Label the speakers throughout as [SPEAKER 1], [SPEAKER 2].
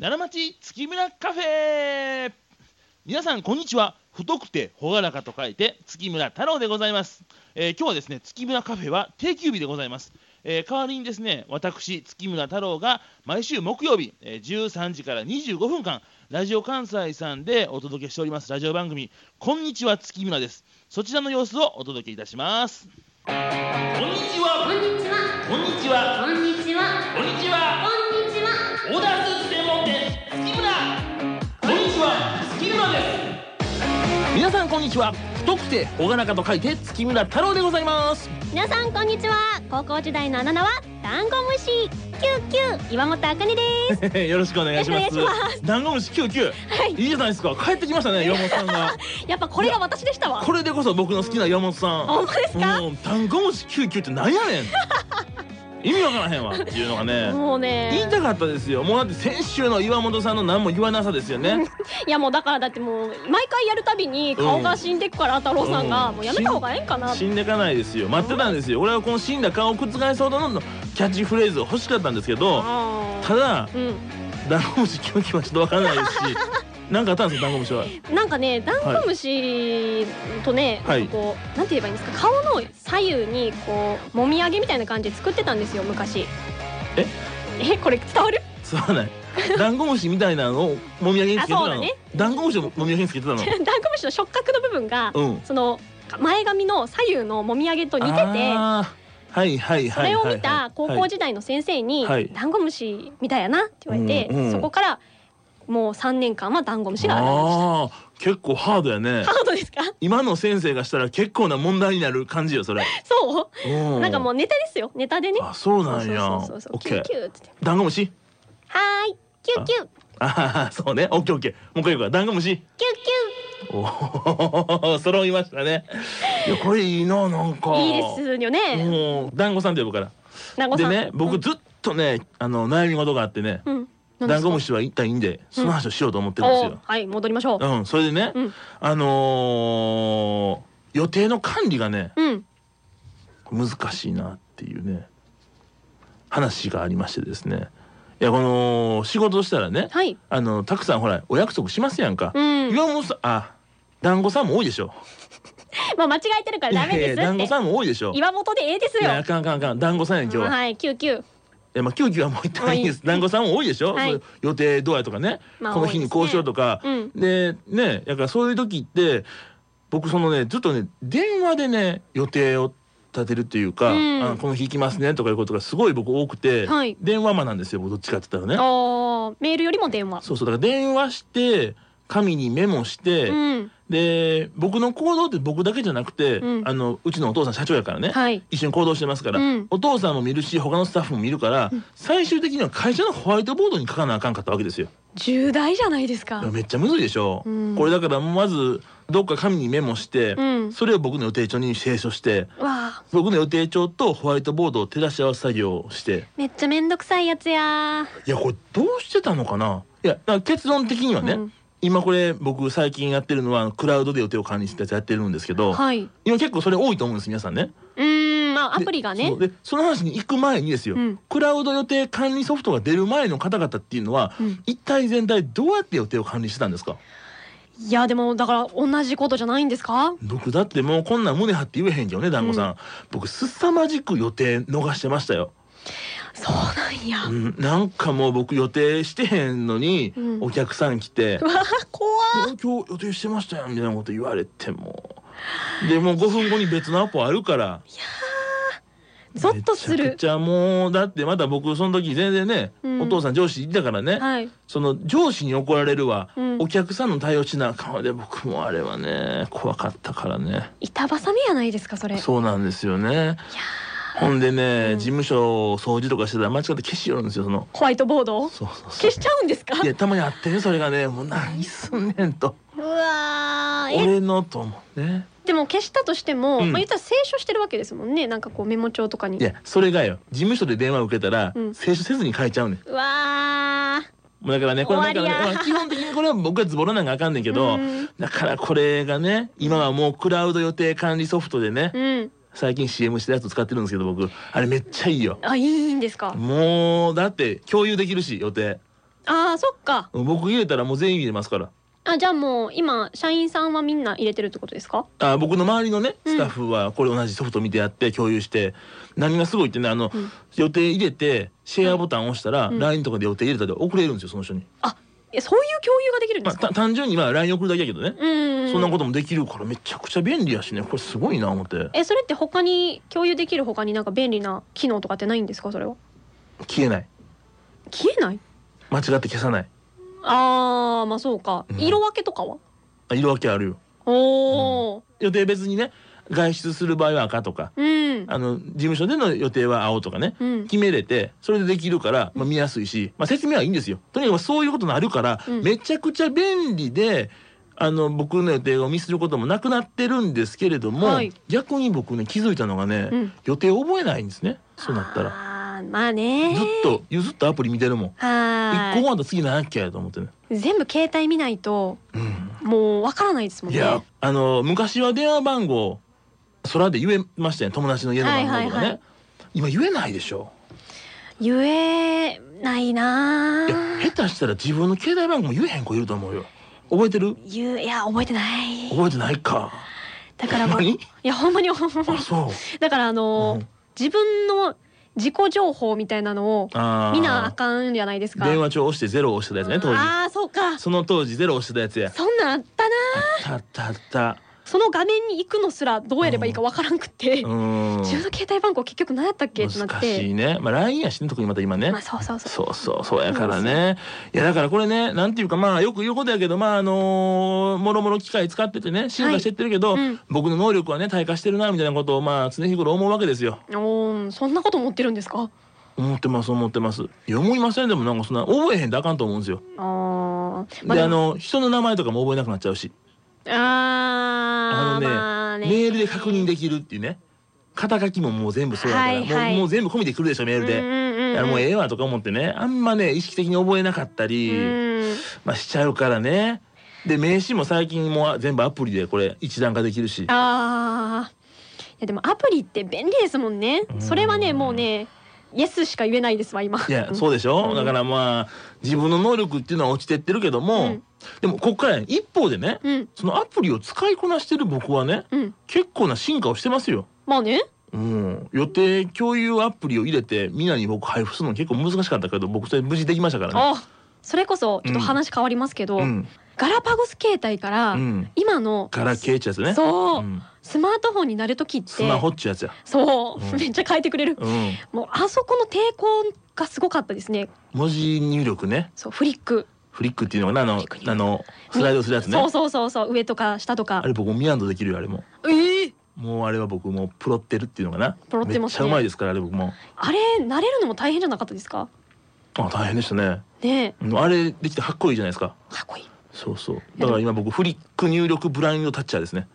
[SPEAKER 1] 奈良町月村カフェ皆さんこんにちは太くて朗らかと書いて月村太郎でございます、えー今日はですね月村カフェは定休日でございます、えー代わりにですね私月村太郎が毎週木曜日、えー13時から25分間ラジオ関西さんでお届けしておりますラジオ番組こんにちは月村ですそちらの様子をお届けいたしますこんにちは
[SPEAKER 2] こんにちは。
[SPEAKER 1] こんにちは
[SPEAKER 2] こんにちは。
[SPEAKER 1] こんにちは
[SPEAKER 2] こんにちは。
[SPEAKER 1] オーダースーツ専門店月村こんにちは月村です皆さんこんにちは太くて朗らかと書いて月村太郎でございます
[SPEAKER 2] 皆さんこんにちは。高校時代のあだ名はダンゴムシ。キューキュー岩本あかねです。
[SPEAKER 1] よろしくお願いします
[SPEAKER 2] よろしくお願いし
[SPEAKER 1] ダンゴムシ99、
[SPEAKER 2] はい
[SPEAKER 1] いじゃないですか帰ってきましたね山本さん が
[SPEAKER 2] やっぱこれが私でしたわ。
[SPEAKER 1] これでこそ僕の好きな山本さん
[SPEAKER 2] 本当ですか
[SPEAKER 1] もうダンゴムシ99ってなんや ねん意味わからへんわっていうのがね
[SPEAKER 2] もうね。
[SPEAKER 1] 言いたかったですよもうだって先週の岩本さんの何も言わなさですよね
[SPEAKER 2] いやもうだからだってもう毎回やるたびに顔が死んでくから太郎さんが
[SPEAKER 1] うん
[SPEAKER 2] もうやめた方がええんかなって
[SPEAKER 1] 死んでかないですよ待ってたんですよ俺はこの死んだ顔を覆すほどのキャッチフレーズを欲しかったんですけど
[SPEAKER 2] あ
[SPEAKER 1] ただ
[SPEAKER 2] ーう
[SPEAKER 1] ダンゴムシキュンキュンはちょっとわからな いですしなんかあったんですかダンゴムシは
[SPEAKER 2] ん、なんかねダンゴムシとね、
[SPEAKER 1] はい
[SPEAKER 2] こうなんて言えばいいんですか顔の左右にこうもみあげみたいな感じで作ってたんですよ昔
[SPEAKER 1] え
[SPEAKER 2] えこれ伝わる
[SPEAKER 1] すまないダンゴムシみたいなのをもみあげにつけてた
[SPEAKER 2] あそう
[SPEAKER 1] の、
[SPEAKER 2] だね
[SPEAKER 1] ダンゴムシをもみあげにつ けてたの
[SPEAKER 2] ダンゴムシの触覚の部分が、
[SPEAKER 1] うん
[SPEAKER 2] その前髪の左右のもみあげと似てて
[SPEAKER 1] あーはいはい
[SPEAKER 2] そ
[SPEAKER 1] はい
[SPEAKER 2] れを
[SPEAKER 1] はい
[SPEAKER 2] 見た高校時代の先生に
[SPEAKER 1] はい
[SPEAKER 2] 「ダンゴムシみたいやな」って言われて、
[SPEAKER 1] うんうん
[SPEAKER 2] そこからもう3年間はダンゴムシが現れまし
[SPEAKER 1] あー結構ハードやね
[SPEAKER 2] たハードですか
[SPEAKER 1] 今の先生がしたら結構な問題になる感じよそれ、
[SPEAKER 2] そううなんかもうネタですよネタでね
[SPEAKER 1] あそうなんや
[SPEAKER 2] そうそうそうそう
[SPEAKER 1] オッ
[SPEAKER 2] キ
[SPEAKER 1] ケ
[SPEAKER 2] ュ
[SPEAKER 1] ー
[SPEAKER 2] ーキューって言って
[SPEAKER 1] ダンゴムシ
[SPEAKER 2] はーいキューキューキュー
[SPEAKER 1] ああそうねオッケーオッケーもう一回行くわダンゴムシおお揃いましたねいやこれいいななん
[SPEAKER 2] キ
[SPEAKER 1] か
[SPEAKER 2] ューいいですよね
[SPEAKER 1] もう団子さんって呼ぶか
[SPEAKER 2] ダンゴ
[SPEAKER 1] らで
[SPEAKER 2] さん
[SPEAKER 1] ね僕ずっとねあの悩み事があってね
[SPEAKER 2] うん何ですか
[SPEAKER 1] ダンゴムシは一体いいんでその話をしようと思ってるんです
[SPEAKER 2] お
[SPEAKER 1] よ
[SPEAKER 2] はい戻りましょう
[SPEAKER 1] うんそれでね
[SPEAKER 2] うん
[SPEAKER 1] あのー予定の管理がね
[SPEAKER 2] うん
[SPEAKER 1] 難しいなっていうね話がありましてですねいやこの仕事をしたらね
[SPEAKER 2] はい
[SPEAKER 1] あのたくさんほらお約束しますやんか
[SPEAKER 2] うん
[SPEAKER 1] 岩本さんあ団子さんも多いでしょ
[SPEAKER 2] まあ間違えてるからダメです
[SPEAKER 1] いやいや団
[SPEAKER 2] っ
[SPEAKER 1] 子
[SPEAKER 2] て
[SPEAKER 1] さんも多いでしょい
[SPEAKER 2] 岩本でええです
[SPEAKER 1] やあ
[SPEAKER 2] よ
[SPEAKER 1] かんあかんあかん団子さんやん今日は、い
[SPEAKER 2] はいキューキュー
[SPEAKER 1] やまあ救急はもう一旦いいです団子さんも多いでしょ、
[SPEAKER 2] はい
[SPEAKER 1] そう予定どうやとかね、
[SPEAKER 2] まあ
[SPEAKER 1] この日にこうしようとか
[SPEAKER 2] 多いです
[SPEAKER 1] でねだからそういう時って僕そのねずっとね電話でね予定を立てるっていうか、
[SPEAKER 2] うん
[SPEAKER 1] あのこの日行きますねとかいうことがすごい僕多くて、
[SPEAKER 2] はい
[SPEAKER 1] 電話魔なんですよ僕どっちかって言ったらね
[SPEAKER 2] あーメールよりも電話
[SPEAKER 1] そうそうだから電話して紙にメモして、
[SPEAKER 2] うん
[SPEAKER 1] で僕の行動って僕だけじゃなくて、
[SPEAKER 2] うん
[SPEAKER 1] あのうちのお父さん社長やからね、
[SPEAKER 2] はい
[SPEAKER 1] 一緒に行動してますから、
[SPEAKER 2] うん
[SPEAKER 1] お父さんも見るし他のスタッフも見るから、最終的には会社のホワイトボードに書かなあかんかったわけですよ。
[SPEAKER 2] 重大じゃないですか
[SPEAKER 1] いやめっちゃむずいでしょ、
[SPEAKER 2] うん
[SPEAKER 1] これだからまずどっか紙にメモして、
[SPEAKER 2] うん
[SPEAKER 1] それを僕の予定帳に清書して
[SPEAKER 2] わあ
[SPEAKER 1] 僕の予定帳とホワイトボードを照らし合わせ作業をして
[SPEAKER 2] めっちゃめんどくさいやつや
[SPEAKER 1] いやこれどうしてたのかないやだから結論的にはね、
[SPEAKER 2] うん
[SPEAKER 1] 今これ僕最近やってるのはクラウドで予定を管理してやつやってるんですけど、
[SPEAKER 2] はい。う
[SPEAKER 1] 今結構それ多いと思うんです皆さんね。
[SPEAKER 2] ーん、まあア
[SPEAKER 1] で
[SPEAKER 2] プリがね
[SPEAKER 1] そう。でその話に行く前にですよ、
[SPEAKER 2] うん
[SPEAKER 1] クラウド予定管理ソフトが出る前の方々っていうのは、
[SPEAKER 2] うん
[SPEAKER 1] 一体全体どうやって予定を管理してたんですか
[SPEAKER 2] いやでもだから同じことじゃないんですか？
[SPEAKER 1] 僕だってもうこんなん胸張って言えへんけどね団子さん、僕すさまじく予定逃してましたよ、
[SPEAKER 2] そうなんや。
[SPEAKER 1] う、
[SPEAKER 2] うん
[SPEAKER 1] なんかもう僕予定してへんのに、
[SPEAKER 2] うん
[SPEAKER 1] お客さん来て
[SPEAKER 2] わ怖っ。
[SPEAKER 1] 「今日予定してましたよ」みたいなこと言われてもでもう5分後に別のアポあるから
[SPEAKER 2] ゾッとす
[SPEAKER 1] めちゃく
[SPEAKER 2] る。
[SPEAKER 1] ちゃもうだってまだ僕その時全然ね、
[SPEAKER 2] うん
[SPEAKER 1] お父さん上司いたからね、
[SPEAKER 2] はい。
[SPEAKER 1] その上司に怒られるわ、
[SPEAKER 2] うん
[SPEAKER 1] お客さんの対応しなあかんわで僕もあれはね怖かったからね。
[SPEAKER 2] 板挟みやないですかそれ。
[SPEAKER 1] そうなんですよね。ほんでね、
[SPEAKER 2] うん
[SPEAKER 1] 事務所を掃除とかしてたら間違って消しよるんですよその。
[SPEAKER 2] ホワイトボードを
[SPEAKER 1] そうそうそう
[SPEAKER 2] 消しちゃうんですか？
[SPEAKER 1] いやたまにあってねそれがねもう何すんねんと
[SPEAKER 2] うわーえ
[SPEAKER 1] 俺のと思うね。
[SPEAKER 2] でも消したとしても、
[SPEAKER 1] うん
[SPEAKER 2] まあ言ったら清書してるわけですもんね。なんかこうメモ帳とかに。
[SPEAKER 1] いやそれがよ事務所で電話受けたら、
[SPEAKER 2] うん
[SPEAKER 1] 清書せずに変えちゃうねん。
[SPEAKER 2] うわー
[SPEAKER 1] もうだからねこれなんかね
[SPEAKER 2] 終わりや
[SPEAKER 1] まあ基本的にこれは僕はズボラなんかあかんねんけど、
[SPEAKER 2] うん
[SPEAKER 1] だからこれがね今はもうクラウド予定管理ソフトでね、
[SPEAKER 2] うん。
[SPEAKER 1] 最近 CM してるやつ使ってるんですけど僕あれめっちゃいいよ。
[SPEAKER 2] あいいんですか？
[SPEAKER 1] もうだって共有できるし予定。
[SPEAKER 2] ああそっか
[SPEAKER 1] 僕入れたらもう全員入れますから
[SPEAKER 2] あじゃあもう今社員さんはみんな入れてるってことですか
[SPEAKER 1] あ僕の周りのね
[SPEAKER 2] うん
[SPEAKER 1] スタッフはこれ同じソフト見てやって共有して、何がすごいってねあの、
[SPEAKER 2] うん
[SPEAKER 1] 予定入れてシェアボタンを押したら、
[SPEAKER 2] うん
[SPEAKER 1] LINE とかで予定入れたで送れるんですよその人に、
[SPEAKER 2] えそういう共有ができるんで
[SPEAKER 1] まあ、
[SPEAKER 2] すか、
[SPEAKER 1] た単純にまあ LINE 送るだけやけどね、
[SPEAKER 2] うん
[SPEAKER 1] そんなこともできるからめちゃくちゃ便利やしねこれすごいな思って
[SPEAKER 2] えそれって他に共有できる他になんか便利な機能とかってないんですかそれは
[SPEAKER 1] 消えない
[SPEAKER 2] 消えない
[SPEAKER 1] 間違って消さない
[SPEAKER 2] あーまあそうか、
[SPEAKER 1] うん
[SPEAKER 2] 色分けとかは
[SPEAKER 1] あ色分けあるよ
[SPEAKER 2] おお
[SPEAKER 1] 予定別にね外出する場合は赤とか
[SPEAKER 2] うん
[SPEAKER 1] あの事務所での予定は青とかね
[SPEAKER 2] うん
[SPEAKER 1] 決めれてそれでできるから、まあ、見やすいし、まあ、説明はいいんですよとにかくそういうことになるから、
[SPEAKER 2] うん
[SPEAKER 1] めちゃくちゃ便利であの僕の予定をミスることもなくなってるんですけれども、
[SPEAKER 2] はい
[SPEAKER 1] 逆に僕ね気づいたのがね、
[SPEAKER 2] うん
[SPEAKER 1] 予定を覚えないんですねそうなったら。
[SPEAKER 2] らあーまあね
[SPEAKER 1] ずっとずっとアプリ見てるもん
[SPEAKER 2] は
[SPEAKER 1] 一個終
[SPEAKER 2] ー
[SPEAKER 1] わったら次何やっけやと思ってね、
[SPEAKER 2] い全部携帯見ないと
[SPEAKER 1] うん
[SPEAKER 2] もうわからないですもん
[SPEAKER 1] い
[SPEAKER 2] ね
[SPEAKER 1] やあの昔は電話番号空で言えましたよ友達の家の番号とかね、
[SPEAKER 2] はいはいはい
[SPEAKER 1] 今言えないでしょ
[SPEAKER 2] 言えないない
[SPEAKER 1] や
[SPEAKER 2] ー
[SPEAKER 1] 下手したら自分の携帯番号も言えへん子いると思うよ覚えてる
[SPEAKER 2] 言ういや覚えてない
[SPEAKER 1] 覚えてないか
[SPEAKER 2] だからもうい
[SPEAKER 1] 何
[SPEAKER 2] やほんまにほんま
[SPEAKER 1] あ
[SPEAKER 2] に
[SPEAKER 1] そう
[SPEAKER 2] だからあのー
[SPEAKER 1] うん
[SPEAKER 2] 自分の自己情報みたいなのを
[SPEAKER 1] あー
[SPEAKER 2] 見なあかんじゃないですか
[SPEAKER 1] 電話帳押してゼロを押してたやつね当時
[SPEAKER 2] ああそうか
[SPEAKER 1] その当時ゼロ押してたやつや
[SPEAKER 2] そんなんあったな
[SPEAKER 1] たったった
[SPEAKER 2] その画面に行くのすらどうやればいいかわからんくって、
[SPEAKER 1] うーん
[SPEAKER 2] 自分の携帯番号結局何やったっけってなっ
[SPEAKER 1] 難
[SPEAKER 2] て
[SPEAKER 1] しいねまあ LINE やしね特にまた今ね
[SPEAKER 2] まあそうそうそう
[SPEAKER 1] そうそうそうやからねいやだからこれねなんていうかまあよく言うことやけどまああのーもろもろ機械使っててね進化してってるけど、
[SPEAKER 2] うん
[SPEAKER 1] 僕の能力はね退化してるなみたいなことをまあ常日頃思うわけですよ
[SPEAKER 2] おーそんなこと思ってるんですか
[SPEAKER 1] 思ってます思ってますいや思いませんでもなんかそんな覚えへんとあかんと思うんですよ、
[SPEAKER 2] あー、ま
[SPEAKER 1] で
[SPEAKER 2] で
[SPEAKER 1] あ
[SPEAKER 2] も
[SPEAKER 1] の人の名前とかも覚えなくなっちゃうしあ
[SPEAKER 2] あ
[SPEAKER 1] の
[SPEAKER 2] ー
[SPEAKER 1] ね
[SPEAKER 2] まあね
[SPEAKER 1] メールで確認
[SPEAKER 2] で
[SPEAKER 1] できるっていうね肩書きももう全部そうやから、
[SPEAKER 2] はいはい
[SPEAKER 1] もうもう全部込みでくるでしょメールで、いやもうええわとか思ってねあんまね意識的に覚えなかったり、まあ、しちゃうからねで名刺も最近もう全部アプリでこれ一覧化できるし
[SPEAKER 2] ああいやでもアプリって便利ですもんね
[SPEAKER 1] うん
[SPEAKER 2] それはねもうねイエスしか言えないですわ今
[SPEAKER 1] いやそうでしょ、
[SPEAKER 2] うん
[SPEAKER 1] だからまあ自分の能力っていうのは落ちてってるけども、
[SPEAKER 2] うん
[SPEAKER 1] でもこっからや一方でね
[SPEAKER 2] うん
[SPEAKER 1] そのアプリを使いこなしてる僕はね
[SPEAKER 2] うん
[SPEAKER 1] 結構な進化をしてますよ。
[SPEAKER 2] まあね
[SPEAKER 1] うん、予定共有アプリを入れてみんなに僕配布するの結構難しかったけど僕それ無事できましたからね。
[SPEAKER 2] あそれこそちょっと話変わりますけど、
[SPEAKER 1] うん
[SPEAKER 2] ガラパゴス携帯から、
[SPEAKER 1] うん、
[SPEAKER 2] 今の
[SPEAKER 1] ガラケーっちゅうやつね。
[SPEAKER 2] そう、
[SPEAKER 1] ん
[SPEAKER 2] スマートフォンになる時って
[SPEAKER 1] スマホっちゅうやつや。
[SPEAKER 2] そう、
[SPEAKER 1] うん
[SPEAKER 2] めっちゃ変えてくれる
[SPEAKER 1] うん、
[SPEAKER 2] もうあそこの抵抗がすごかったですね
[SPEAKER 1] 文字入力ね
[SPEAKER 2] そうフリック、
[SPEAKER 1] フリックっていうのかなあの
[SPEAKER 2] フリック
[SPEAKER 1] あのスライドするやつね
[SPEAKER 2] そうそうそうそう上とか下とか
[SPEAKER 1] あれ僕もミアンドできるよあれも
[SPEAKER 2] ええ
[SPEAKER 1] もうあれは僕もうプロってるっていうのかな
[SPEAKER 2] プロってま
[SPEAKER 1] めっ
[SPEAKER 2] すね
[SPEAKER 1] ちゃうまいですからあれ僕も
[SPEAKER 2] あれ慣れるのも大変じゃなかったですか
[SPEAKER 1] あ大変でしたね
[SPEAKER 2] ね
[SPEAKER 1] うんあれできてかっこいいじゃないですか
[SPEAKER 2] えかっこいい
[SPEAKER 1] そうそうだから今僕フリック入力ブラインドタッチャーですね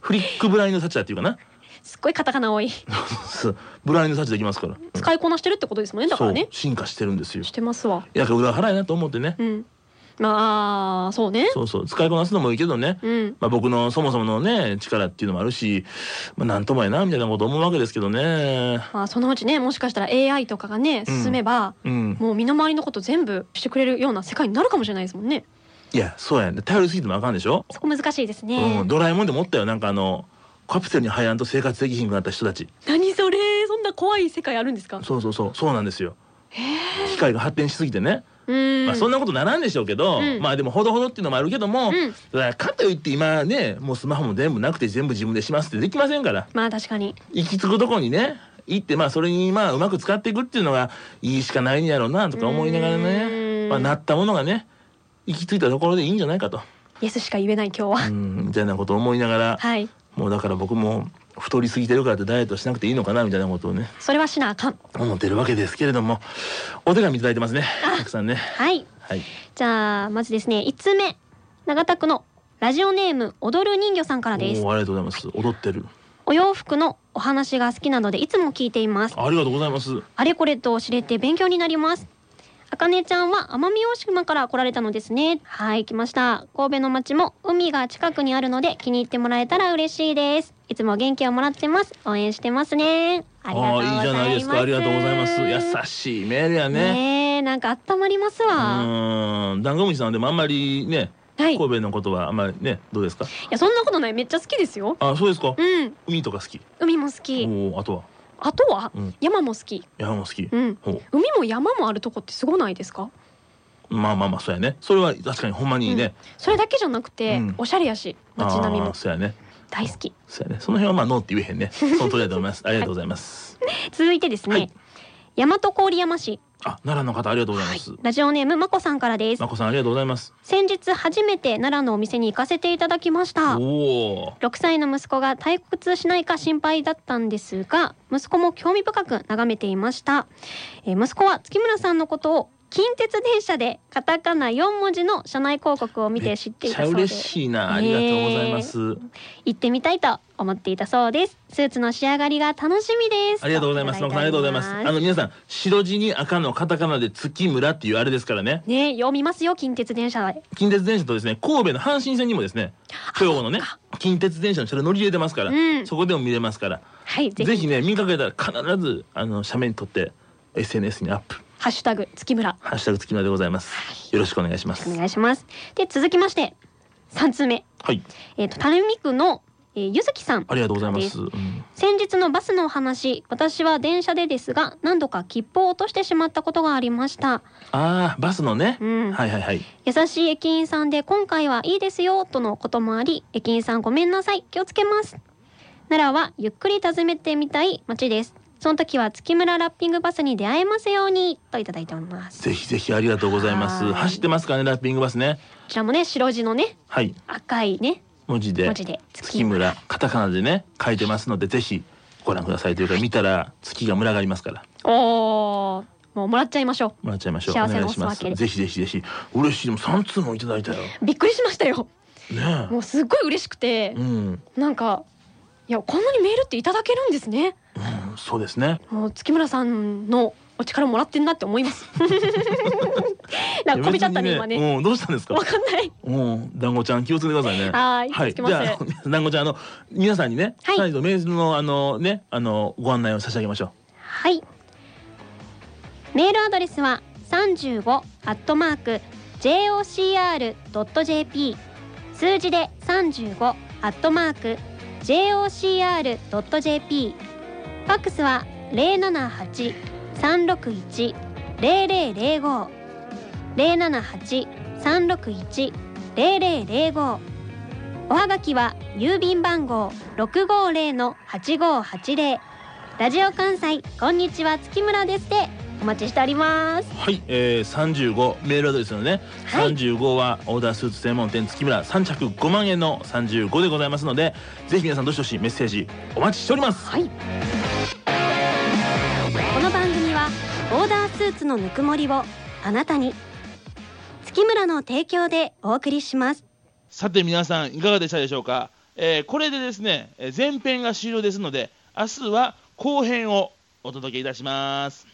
[SPEAKER 1] フリックブラインドタッチャーっていうかな
[SPEAKER 2] すっごいカタカナ多い
[SPEAKER 1] そうブラインドタッチできますからうん
[SPEAKER 2] 使いこなしてるってことですもんねだから
[SPEAKER 1] そう
[SPEAKER 2] ね
[SPEAKER 1] 進化してるんですよ
[SPEAKER 2] してますわ
[SPEAKER 1] いや裏腹やなと思ってね
[SPEAKER 2] うんまあそうね
[SPEAKER 1] そうそう使いこなすのもいいけどね
[SPEAKER 2] うん
[SPEAKER 1] まあ、僕のそもそものね力っていうのもあるし、まあ、なんともやなみたいなこと思うわけですけどね
[SPEAKER 2] まあそのうちねもしかしたら AI とかがね
[SPEAKER 1] うん
[SPEAKER 2] 進めば、
[SPEAKER 1] うん
[SPEAKER 2] もう身の回りのこと全部してくれるような世界になるかもしれないですもんね
[SPEAKER 1] いやそうやね頼りすぎてもあかんでしょ、
[SPEAKER 2] そこ難しいですね、
[SPEAKER 1] うん、ドラえもんでもおったよなんかあのカプセルに入らんと生活できひんくなった人たち
[SPEAKER 2] 何それそんな怖い世界あるんですか
[SPEAKER 1] そうそうそうそうなんですよ機械が発展しすぎてね、
[SPEAKER 2] うん、
[SPEAKER 1] まあ、そんなことならんでしょうけど、
[SPEAKER 2] うん
[SPEAKER 1] まあでもほどほどっていうのもあるけども、
[SPEAKER 2] うん
[SPEAKER 1] だからかといって今ねもうスマホも全部なくて全部自分でしますってできませんから
[SPEAKER 2] まあ確かに
[SPEAKER 1] 行き着くとこにね行ってまあそれにまあうまく使っていくっていうのがいいしかないんやろうなとか思いながら
[SPEAKER 2] うー
[SPEAKER 1] ね
[SPEAKER 2] ん
[SPEAKER 1] まあなったものがね行き着いたところでいいんじゃないかと
[SPEAKER 2] イエスしか言えない今日は、
[SPEAKER 1] うんみたいなことを思いながら
[SPEAKER 2] はい
[SPEAKER 1] もうだから僕も太りすぎてるからってダイエットしなくていいのかなみたいなことをね
[SPEAKER 2] それはしなあかん
[SPEAKER 1] 思ってるわけですけれどもお手紙いただいてますねたくさんね
[SPEAKER 2] はい
[SPEAKER 1] はい
[SPEAKER 2] じゃあまずですね1通目長田区のラジオネーム踊る人魚さんからです
[SPEAKER 1] おーありがとうございます踊ってる
[SPEAKER 2] お洋服のお話が好きなのでいつも聞いています
[SPEAKER 1] ありがとうございます
[SPEAKER 2] あれこれと知れて勉強になります。あかねちゃんは奄美大島から来られたのですね。はい、来ました。神戸の町も海が近くにあるので気に入ってもらえたら嬉しいです。いつも元気をもらってます。応援してますね。ありがとうございます。
[SPEAKER 1] ーいいじゃないですかありがとうございます優しいメールやね
[SPEAKER 2] ねえねなんか温まります
[SPEAKER 1] う
[SPEAKER 2] わ、
[SPEAKER 1] ーん、ダンゴムシさんでもあんまりね、
[SPEAKER 2] はいい
[SPEAKER 1] 神戸のことはあんまりね、どうですか。
[SPEAKER 2] やそんなことないめっちゃ好きですよ
[SPEAKER 1] あ、そうですか
[SPEAKER 2] う。ん
[SPEAKER 1] 海とか好き。
[SPEAKER 2] 海も好き
[SPEAKER 1] おお、あとは
[SPEAKER 2] あとは、
[SPEAKER 1] うん
[SPEAKER 2] 山も好き
[SPEAKER 1] 山も好き。
[SPEAKER 2] うん
[SPEAKER 1] ほ
[SPEAKER 2] 海も山もあるとこってすごないですか
[SPEAKER 1] う、まあまあまあ、そうやね。それは確かにほんまにね。
[SPEAKER 2] それだけじゃなくて、
[SPEAKER 1] うん
[SPEAKER 2] おしゃれやし
[SPEAKER 1] あ
[SPEAKER 2] 街並み
[SPEAKER 1] ー
[SPEAKER 2] も
[SPEAKER 1] そうやね。
[SPEAKER 2] 大好き
[SPEAKER 1] そうやね。その辺はまあノーって言えへんね。その通りだと思います。ありがとうございます。
[SPEAKER 2] 続いてですね、
[SPEAKER 1] はい
[SPEAKER 2] 大和郡山市、
[SPEAKER 1] あ、奈良の方ありがとうござい
[SPEAKER 2] は
[SPEAKER 1] ま
[SPEAKER 2] い
[SPEAKER 1] す。、
[SPEAKER 2] ラジオネームまこさんからです
[SPEAKER 1] まこさんありがとうございます。
[SPEAKER 2] 先日初めて奈良のお店に行かせていただきました
[SPEAKER 1] おお。
[SPEAKER 2] 6歳の息子が退屈しないか心配だったんですが息子も興味深く眺めていました、えー息子は月村さんのことを近鉄電車でカタカナ4文字の車内広告を見て知っていたそう
[SPEAKER 1] め
[SPEAKER 2] で
[SPEAKER 1] っちゃ嬉しいな。ありがとうございます。
[SPEAKER 2] 行ってみたいと思っていたそうですスーツの仕上がりが楽しみです
[SPEAKER 1] ありがとうございます。まこさんありがとうございます。あの皆さん、白地に赤のカタカナで月村っていうあれですからね。
[SPEAKER 2] ね読みますよ近鉄電車で
[SPEAKER 1] 近鉄電車とですね、神戸の阪神線にもですね、兵庫のね、近鉄電車の車両乗り入れてますから、
[SPEAKER 2] うん
[SPEAKER 1] そこでも見れますから、
[SPEAKER 2] はいぜ
[SPEAKER 1] ぜ
[SPEAKER 2] ひ
[SPEAKER 1] ひね、見かけたら必ず、あの、斜面に撮って、SNS にアップ、
[SPEAKER 2] ハッシュタグ月村
[SPEAKER 1] ハッシュタグ月村でございます。よろしくお願いします
[SPEAKER 2] お。願いしますで続きまして3通目
[SPEAKER 1] はい、
[SPEAKER 2] えっ、と垂水区の、えーゆずきさん
[SPEAKER 1] ありがとうございます。
[SPEAKER 2] で
[SPEAKER 1] うん
[SPEAKER 2] 先日のバスのお話私は電車でですが何度か切符を落としてしまったことがありました、
[SPEAKER 1] ああ、バスのね
[SPEAKER 2] う、ん
[SPEAKER 1] はいはいはい。
[SPEAKER 2] 優しい駅員さんで今回はいいですよとのこともあり駅員さんごめんなさい気をつけます奈良はゆっくり訪めてみたい街ですその時は月村ラッピングバスに出会えますようにといただいておりますこ
[SPEAKER 1] ぜひぜひありがとうございま
[SPEAKER 2] は
[SPEAKER 1] す。
[SPEAKER 2] い
[SPEAKER 1] 走ってますからね、ラッピングバスね。
[SPEAKER 2] ちらもね白地のね
[SPEAKER 1] はい、
[SPEAKER 2] 赤いね
[SPEAKER 1] 文字で。
[SPEAKER 2] 文字で
[SPEAKER 1] 月村カタカナでね書いてますのでぜひご覧くださいというか見たら月が群がりますから
[SPEAKER 2] おーもうもらっちゃいましょ
[SPEAKER 1] もらっちゃいましょうお
[SPEAKER 2] 幸せの
[SPEAKER 1] 願いしま
[SPEAKER 2] お裾分
[SPEAKER 1] す
[SPEAKER 2] け
[SPEAKER 1] ぜひぜひぜひ嬉しいでも三通もいただいたよ
[SPEAKER 2] うびっくりしましたよ
[SPEAKER 1] ね
[SPEAKER 2] もうすっごい嬉しくて
[SPEAKER 1] えうん、
[SPEAKER 2] なんかいやこんなにメールっていただけるんですね
[SPEAKER 1] うん、そうですね
[SPEAKER 2] もう月村さんのお力もらってんなって思 いますなんかこびちゃったね
[SPEAKER 1] いや
[SPEAKER 2] 今
[SPEAKER 1] 別に
[SPEAKER 2] ね
[SPEAKER 1] うんどうしたんですか
[SPEAKER 2] わかんない
[SPEAKER 1] うん団子ちゃん気をつけてくださいね
[SPEAKER 2] はーい気をつけます
[SPEAKER 1] じゃあ 団子ちゃんあの皆さんにね
[SPEAKER 2] はい
[SPEAKER 1] 再度メールのあのねあのご案内を差し上げましょ
[SPEAKER 2] はいメールアドレスは35アットマーク jocr.jp 数字で35アットマーク jocr.jp ファックスは078三六一零零零五零七八三六一零零零五おはがきは郵便番号六五零の八五八零ラジオ関西こんにちは月村ですでお待ちしておりま
[SPEAKER 1] う
[SPEAKER 2] す
[SPEAKER 1] はい、えー、35メールアドレスのね、
[SPEAKER 2] はい
[SPEAKER 1] 35はオーダースーツ専門店月村3着5万円の35でございますのでぜひ皆さんどしどしメッセージお待ちしております
[SPEAKER 2] はいこの番組はオーダースーツのぬくもりをあなたに月村の提供でお送りします
[SPEAKER 1] さて皆さんいかがでしたでしょうか、えーこれでですねえー前編が終了ですので明日は後編をお届けいたします